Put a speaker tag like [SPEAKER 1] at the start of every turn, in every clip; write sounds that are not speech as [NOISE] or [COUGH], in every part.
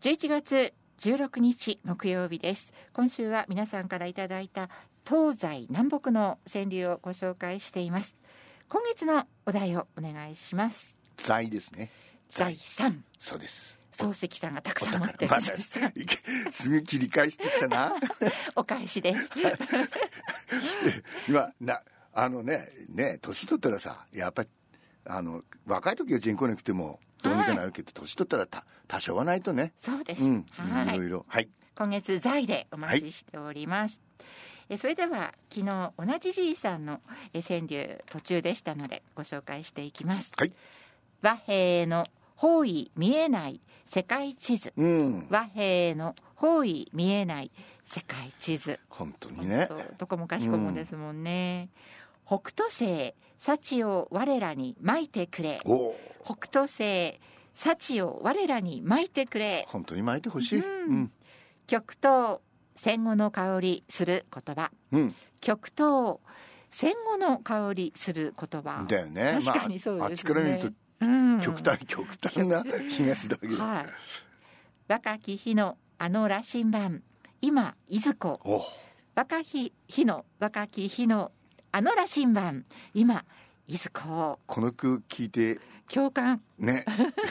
[SPEAKER 1] 11月16日木曜日です今週は皆さんからいただいた東西南北の川柳をご紹介しています今月のお題をお願いします
[SPEAKER 2] 財ですね
[SPEAKER 1] 財産
[SPEAKER 2] そうです
[SPEAKER 1] 漱石さんがたくさん持
[SPEAKER 2] 宝
[SPEAKER 1] ってる
[SPEAKER 2] またすぐ切り返してき
[SPEAKER 1] [LAUGHS]
[SPEAKER 2] たな
[SPEAKER 1] お返しです
[SPEAKER 2] 今なあのねね年取ったらさやっぱりあの若い時は人口なくてもどうにかなるけど、年取ったらた多少はないとね
[SPEAKER 1] そうです、
[SPEAKER 2] うん
[SPEAKER 1] はい
[SPEAKER 2] いろいろはい
[SPEAKER 1] 今月在でお待ちしております、えそれでは昨日同じじいさんのえ川柳途中でしたのでご紹介していきます、
[SPEAKER 2] はい
[SPEAKER 1] 和平の方位見えない世界地図
[SPEAKER 2] うん
[SPEAKER 1] 和平の方位見えない世界地図
[SPEAKER 2] 本当にね
[SPEAKER 1] そうどこもかしこもですもんね、北斗星幸を我らにまいてくれ
[SPEAKER 2] おお
[SPEAKER 1] 北斗星幸を我らにまいてくれ
[SPEAKER 2] 本当に巻いてほしい
[SPEAKER 1] うん
[SPEAKER 2] うん
[SPEAKER 1] 極東戦後の香りする言葉
[SPEAKER 2] うん、
[SPEAKER 1] 極東戦後の香りする言葉
[SPEAKER 2] だよね
[SPEAKER 1] 確かにそう
[SPEAKER 2] まあ、あっ
[SPEAKER 1] で
[SPEAKER 2] ち
[SPEAKER 1] す
[SPEAKER 2] か
[SPEAKER 1] ね、
[SPEAKER 2] ら見ると
[SPEAKER 1] うん
[SPEAKER 2] 極端、極端な東だけど、
[SPEAKER 1] はい若き日のあの羅針盤今いずこ
[SPEAKER 2] おう
[SPEAKER 1] 若き日の若き日のあの羅針盤今いずこ
[SPEAKER 2] この句聞いて
[SPEAKER 1] 共感
[SPEAKER 2] ね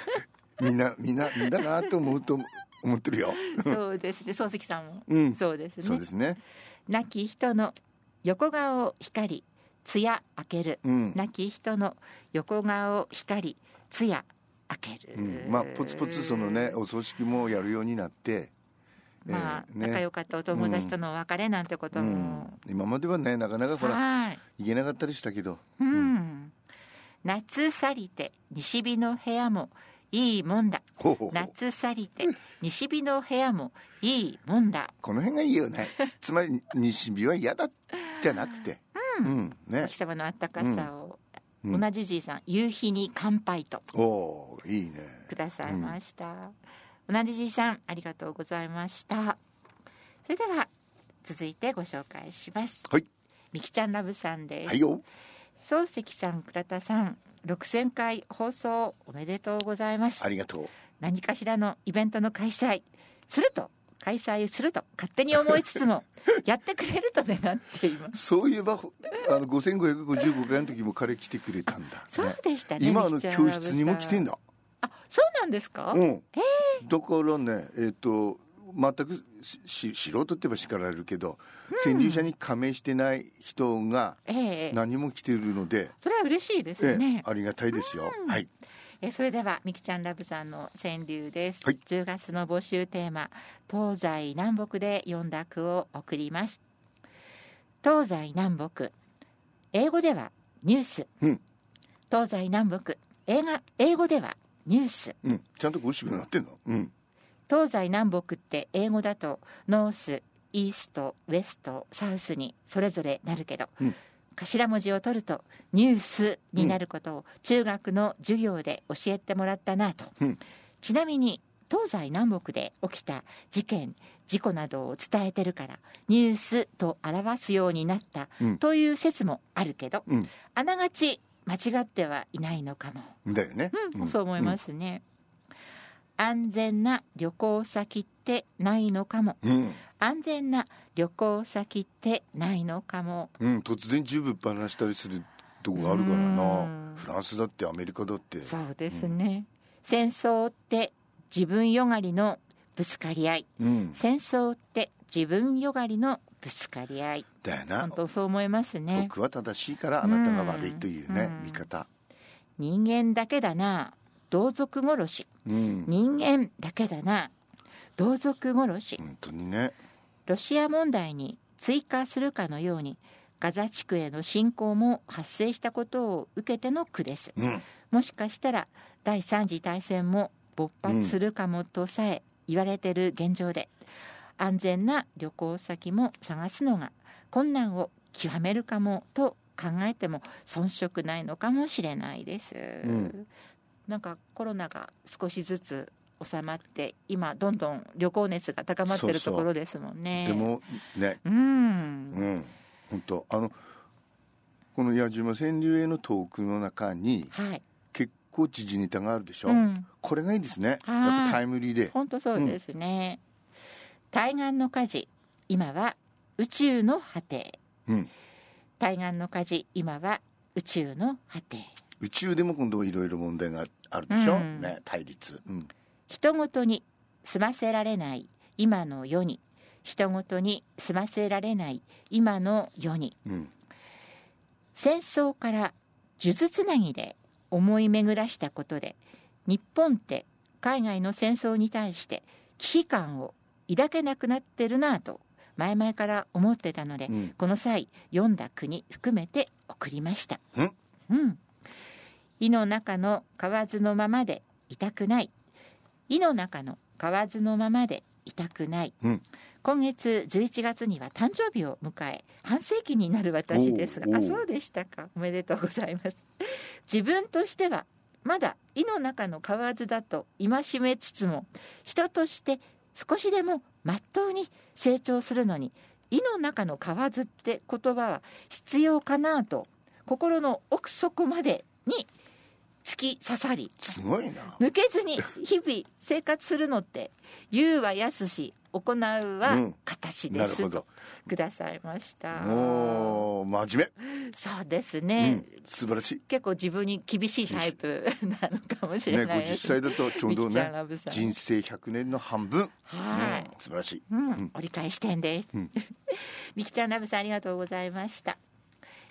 [SPEAKER 2] [LAUGHS] みんなみんなみんなだなと思うと思ってるよ
[SPEAKER 1] そうですね漱石さんも
[SPEAKER 2] うん
[SPEAKER 1] そうです
[SPEAKER 2] そう
[SPEAKER 1] ね
[SPEAKER 2] ですね
[SPEAKER 1] 亡き人の横顔光艶明ける
[SPEAKER 2] うん、
[SPEAKER 1] 亡き人の横顔光艶明ける、
[SPEAKER 2] うん、まあポツポツそのねお葬式もやるようになって
[SPEAKER 1] まあ、
[SPEAKER 2] えーね
[SPEAKER 1] 仲良かったお友達とのお別れなんてこ
[SPEAKER 2] う
[SPEAKER 1] とも、
[SPEAKER 2] ん、今まではねなかなかほら
[SPEAKER 1] はい、
[SPEAKER 2] 行けなかったりしたけど
[SPEAKER 1] うん夏去りて西日の部屋もいいもんだ
[SPEAKER 2] ほうほうほう
[SPEAKER 1] 夏去り
[SPEAKER 2] [LAUGHS]
[SPEAKER 1] て西日の部屋もいいもんだ
[SPEAKER 2] この辺がいいよねつ [LAUGHS] つまり西日は嫌だじゃなくて、うん
[SPEAKER 1] お
[SPEAKER 2] ね
[SPEAKER 1] 日様の暖かさを、
[SPEAKER 2] うん
[SPEAKER 1] 同じじいさん夕日に乾杯と
[SPEAKER 2] おおーいいね
[SPEAKER 1] くださいました、同じじいさんありがとうございましたそれでは続いてご紹介します
[SPEAKER 2] はい
[SPEAKER 1] みきちゃんラブさんです、
[SPEAKER 2] はいよ
[SPEAKER 1] 漱石さん倉田さん6000回放送おめでとうございます
[SPEAKER 2] ありがとう
[SPEAKER 1] 何かしらのイベントの開催すると開催すると勝手に思いつつ
[SPEAKER 2] [LAUGHS]
[SPEAKER 1] もやってくれると願っています
[SPEAKER 2] そういえばほあの5555回の時も彼来てくれたんだ、ね、
[SPEAKER 1] そうでしたね
[SPEAKER 2] 今あ
[SPEAKER 1] み
[SPEAKER 2] の
[SPEAKER 1] きちゃん
[SPEAKER 2] 教室にも来てん
[SPEAKER 1] ラ
[SPEAKER 2] だ
[SPEAKER 1] ブさんあそうなんですか、
[SPEAKER 2] うん、だからねえっ、と全くしし素人って言えば叱られるけど、川柳者に加盟してない人が
[SPEAKER 1] ええ
[SPEAKER 2] 何も来てるので、
[SPEAKER 1] それは嬉しいです
[SPEAKER 2] え
[SPEAKER 1] よ
[SPEAKER 2] え
[SPEAKER 1] ね、
[SPEAKER 2] ありがたいですよ、はい
[SPEAKER 1] えそれではみきちゃんラブさんの川柳です、
[SPEAKER 2] はい
[SPEAKER 1] 10月の募集テーマ東西南北で読んだ句を送ります東西南北英語ではニュース、
[SPEAKER 2] うん
[SPEAKER 1] 東西南北映画英語ではニュース
[SPEAKER 2] うん、ちゃんとご主になってんのうん
[SPEAKER 1] 東西南北って英語だとノースイーストウエストサウスにそれぞれなるけど、
[SPEAKER 2] うん
[SPEAKER 1] 頭文字を取るとニュースになることを中学の授業で教えてもらったなと、
[SPEAKER 2] うん
[SPEAKER 1] ちなみに東西南北で起きた事件事故などを伝えてるからニュースと表すようになった
[SPEAKER 2] うん
[SPEAKER 1] という説もあるけど、
[SPEAKER 2] うん
[SPEAKER 1] あながち間違ってはいないのかも。
[SPEAKER 2] だよね、、
[SPEAKER 1] うん、そう思いますすね、安全な旅行先ってないのかも
[SPEAKER 2] うんうん
[SPEAKER 1] 安全な旅行先ってないのかも
[SPEAKER 2] うん突然銃ぶっ放したりするとこがあるから
[SPEAKER 1] うん
[SPEAKER 2] なフランスだってアメリカだって
[SPEAKER 1] そうですね、戦争って自分よがりのぶつかり合い
[SPEAKER 2] うん
[SPEAKER 1] 戦争って自分よがりのぶつかり合い
[SPEAKER 2] だよな
[SPEAKER 1] 本当そう思いますね
[SPEAKER 2] 僕は正しいからあなたが悪いというね、
[SPEAKER 1] うん
[SPEAKER 2] 見方
[SPEAKER 1] 人間だけだな同族殺し
[SPEAKER 2] うん
[SPEAKER 1] 人間だけだな同族殺し
[SPEAKER 2] 本当にね
[SPEAKER 1] ロシア問題に追加するかのようにガザ地区への侵攻も発生したことを受けての句です
[SPEAKER 2] うん
[SPEAKER 1] もしかしたら第三次大戦も勃発するかもとさえ言われてる現状で、安全な旅行先も探すのが困難を極めるかもと考えても遜色ないのかもしれないです、
[SPEAKER 2] ん
[SPEAKER 1] なんかコロナが少しずつ収まって今どんどん旅行熱が高まって
[SPEAKER 2] そう
[SPEAKER 1] る
[SPEAKER 2] そ
[SPEAKER 1] と
[SPEAKER 2] う
[SPEAKER 1] ころですもんね
[SPEAKER 2] でもね
[SPEAKER 1] うん、
[SPEAKER 2] うん本当あのこの矢島川柳へのトークの中に
[SPEAKER 1] はい、
[SPEAKER 2] 結高知地にたがあるでしょ、
[SPEAKER 1] うん
[SPEAKER 2] これがいいですね
[SPEAKER 1] はい
[SPEAKER 2] やっぱタイムリーで
[SPEAKER 1] 本当そうですね、対岸の火事今は宇宙の果て
[SPEAKER 2] うん
[SPEAKER 1] 対岸の火事今は宇宙の果て
[SPEAKER 2] 宇宙でも今度いろいろ問題があるでしょ、
[SPEAKER 1] うん
[SPEAKER 2] ね対立、うん、
[SPEAKER 1] 人ごとに済ませられない今の世に人ごとに済ませられない今の世に
[SPEAKER 2] うん
[SPEAKER 1] 戦争から数珠つなぎで思い巡らしたことで日本って海外の戦争に対して危機感を抱けなくなってるなぁと前々から思ってたので、
[SPEAKER 2] うん
[SPEAKER 1] この際読んだ国含めて送りました
[SPEAKER 2] ん。
[SPEAKER 1] うん、胃の中の蛙のままで痛くない胃の中の蛙のままで痛くない、
[SPEAKER 2] うん
[SPEAKER 1] 今月11月には誕生日を迎え半世紀になる私です
[SPEAKER 2] おう
[SPEAKER 1] が
[SPEAKER 2] お
[SPEAKER 1] あ
[SPEAKER 2] う
[SPEAKER 1] そうでしたかおめでとうございます自分としてはまだ胃の中の蛙だと戒めつつも人として少しでもまっとうに成長するのに胃の中の蛙って言葉は必要かなと心の奥底までに突き刺さり
[SPEAKER 2] すごいな
[SPEAKER 1] 抜けずに日々生活するのって言うはやすし行う
[SPEAKER 2] う
[SPEAKER 1] は
[SPEAKER 2] ん
[SPEAKER 1] 形で
[SPEAKER 2] なる
[SPEAKER 1] す、
[SPEAKER 2] ほ
[SPEAKER 1] と
[SPEAKER 2] ど
[SPEAKER 1] くださいました
[SPEAKER 2] もう真面
[SPEAKER 1] そうです
[SPEAKER 2] 目、
[SPEAKER 1] ね、
[SPEAKER 2] うん、素晴らし
[SPEAKER 1] 結構自分に厳しいタイプなのかもし
[SPEAKER 2] い
[SPEAKER 1] れ
[SPEAKER 2] ね
[SPEAKER 1] ない
[SPEAKER 2] 50
[SPEAKER 1] です
[SPEAKER 2] 歳だとちょうど
[SPEAKER 1] みきちゃ
[SPEAKER 2] ね
[SPEAKER 1] んラブさん
[SPEAKER 2] 人生100年の半分、
[SPEAKER 1] はい、
[SPEAKER 2] うん、素晴らしい
[SPEAKER 1] うん、折り返し点です。
[SPEAKER 2] うん
[SPEAKER 1] [LAUGHS] みきちゃんラブさんありがとうございました。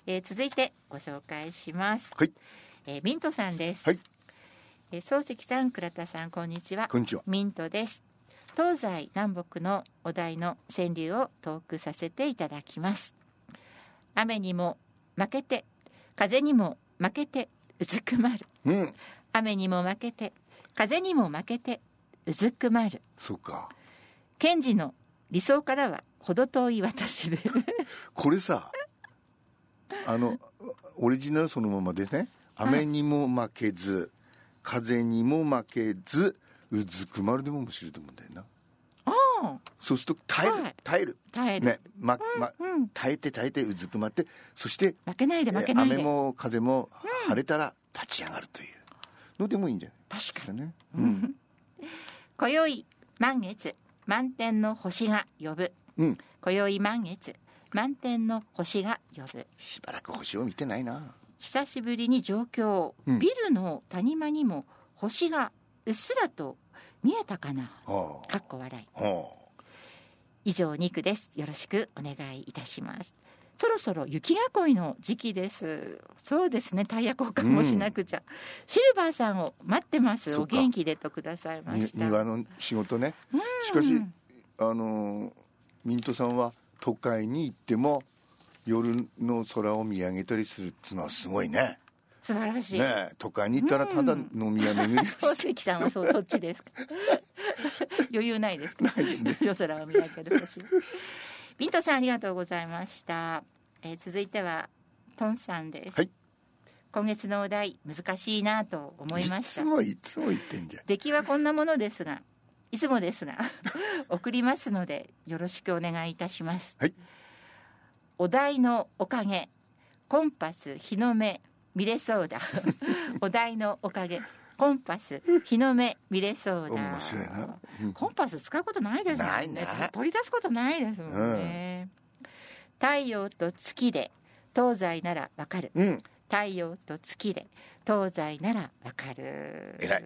[SPEAKER 1] えー続いてご紹介します。
[SPEAKER 2] はい
[SPEAKER 1] えーミントさんです。
[SPEAKER 2] はい
[SPEAKER 1] えー漱石さん、倉田さん、こんにちは。
[SPEAKER 2] こんにちは
[SPEAKER 1] ミントです。東西南北のお題の川柳をトークさせていただきます。雨にも負けて、風にも負けて、うずくまる。
[SPEAKER 2] うん
[SPEAKER 1] 雨にも負けて、風にも負けて、うずくまる。
[SPEAKER 2] そうか
[SPEAKER 1] ケンジの理想からは程遠い私で
[SPEAKER 2] これさあのオリジナルそのままでね雨にも負けず風にも負けずうずくまるでも面白いと思うんだよな
[SPEAKER 1] うん
[SPEAKER 2] そうすると耐える、
[SPEAKER 1] はい
[SPEAKER 2] 耐える
[SPEAKER 1] 耐える、
[SPEAKER 2] ねまま
[SPEAKER 1] うん、
[SPEAKER 2] 耐えて耐えてうずくまってそして
[SPEAKER 1] 負けないで負け
[SPEAKER 2] え
[SPEAKER 1] ないで
[SPEAKER 2] 雨も風も晴れたら立ち上がるというのでもいいんじゃない
[SPEAKER 1] 確かに
[SPEAKER 2] にね、うん
[SPEAKER 1] 今宵満月満天の星が呼ぶ
[SPEAKER 2] うん、
[SPEAKER 1] 今宵満月満天の星が呼ぶ
[SPEAKER 2] しばらく星を見てないな
[SPEAKER 1] 久しぶりに上京、
[SPEAKER 2] うん
[SPEAKER 1] ビルの谷間にも星がうっすらと見えたかな
[SPEAKER 2] は
[SPEAKER 1] かっこ笑い
[SPEAKER 2] あは
[SPEAKER 1] 以上2区ですよろしくお願いいたしますそろそろ雪囲いの時期ですそうですねタイヤ交換もしなくちゃ、シルバーさんを待ってます
[SPEAKER 2] そ
[SPEAKER 1] お
[SPEAKER 2] うか
[SPEAKER 1] 元気でとください
[SPEAKER 2] あ
[SPEAKER 1] ま
[SPEAKER 2] に
[SPEAKER 1] した
[SPEAKER 2] 庭の仕事ねしかしあのーミントさんは都会に行っても夜の空を見上げたりするっつうのはすごいね
[SPEAKER 1] 素晴らしい、
[SPEAKER 2] ねえ都会に行ったらただ飲み屋巡りをして
[SPEAKER 1] 漱石さんは [LAUGHS] そうそっち
[SPEAKER 2] [LAUGHS]
[SPEAKER 1] ですか余裕ないですか
[SPEAKER 2] ないですね
[SPEAKER 1] 夜空を見上げる星ミントさんありがとうございました、えー続いてはトンさんです、
[SPEAKER 2] はい
[SPEAKER 1] 今月のお題難しいなと思いま
[SPEAKER 2] い
[SPEAKER 1] した
[SPEAKER 2] つもいつも言ってんじゃん
[SPEAKER 1] 出来はこんなものですがいつもですが [LAUGHS] 送りますのでよろしくお願いいたします、
[SPEAKER 2] はい
[SPEAKER 1] お題のおかげコンパス日の目見れそう
[SPEAKER 2] [LAUGHS]
[SPEAKER 1] だお題のおかげコンパス日の目見れそうだ
[SPEAKER 2] 面白いな、うん
[SPEAKER 1] コンパス使うことないですもんね
[SPEAKER 2] ないね
[SPEAKER 1] 取り出すことないですもんね、太陽と月で東西ならわかる
[SPEAKER 2] うん
[SPEAKER 1] 太陽と月で東西ならわかる
[SPEAKER 2] 偉い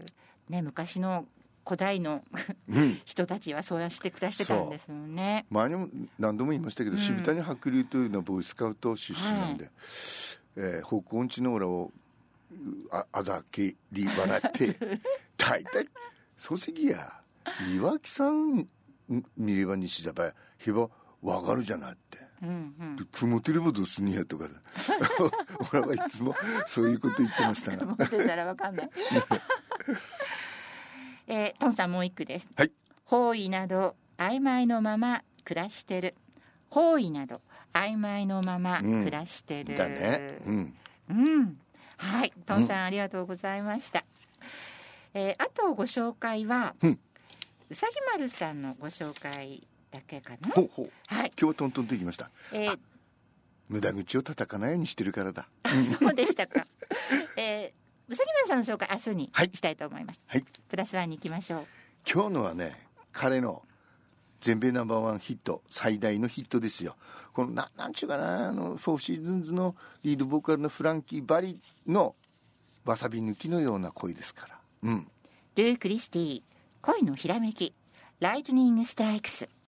[SPEAKER 1] ね昔の古代の
[SPEAKER 2] うん
[SPEAKER 1] 人たちはそうやして暮らしてたんですもんね
[SPEAKER 2] 前にも何度も言いましたけど、
[SPEAKER 1] うん
[SPEAKER 2] 渋谷白龍というのはボーイスカウト出身なんで、えー方向音痴の裏をうああざけり笑って
[SPEAKER 1] [LAUGHS]
[SPEAKER 2] 大体漱石や岩木さん見れば西だばへばわかるじゃないって。
[SPEAKER 1] うんうん
[SPEAKER 2] で雲てればどうすんねやと [LAUGHS] か俺はいつもそういうこと言ってましたが
[SPEAKER 1] 持ってたらわかんない、 [LAUGHS] えー、トンさんもう一句です、
[SPEAKER 2] はい
[SPEAKER 1] 方位など曖昧のまま暮らしてる方位など曖昧のまま暮らしてる、
[SPEAKER 2] だねうん
[SPEAKER 1] うん、はい、トンさんありがとうございました。えーあとご紹介は、
[SPEAKER 2] うん
[SPEAKER 1] うさぎ丸さんのご紹介だけかな。
[SPEAKER 2] ほうほう
[SPEAKER 1] はい、
[SPEAKER 2] 今日はトントンといきました
[SPEAKER 1] え [LAUGHS] ー
[SPEAKER 2] 無駄口を叩かないようにしてるからだ
[SPEAKER 1] [LAUGHS] そうでしたか。えーうさぎ丸さんの紹介明日に
[SPEAKER 2] はい
[SPEAKER 1] したいと思います、
[SPEAKER 2] はい
[SPEAKER 1] プラスワンに行きましょう
[SPEAKER 2] 今日のはね彼の全米ナンバーワンヒット最大のヒットですよこのななんちゅうかなあのフォーシーズンズのリードボーカルのフランキー・バリのわさび抜きのような声ですからうん
[SPEAKER 1] ルー・クリスティ恋のひらめきライトニング・ストライクス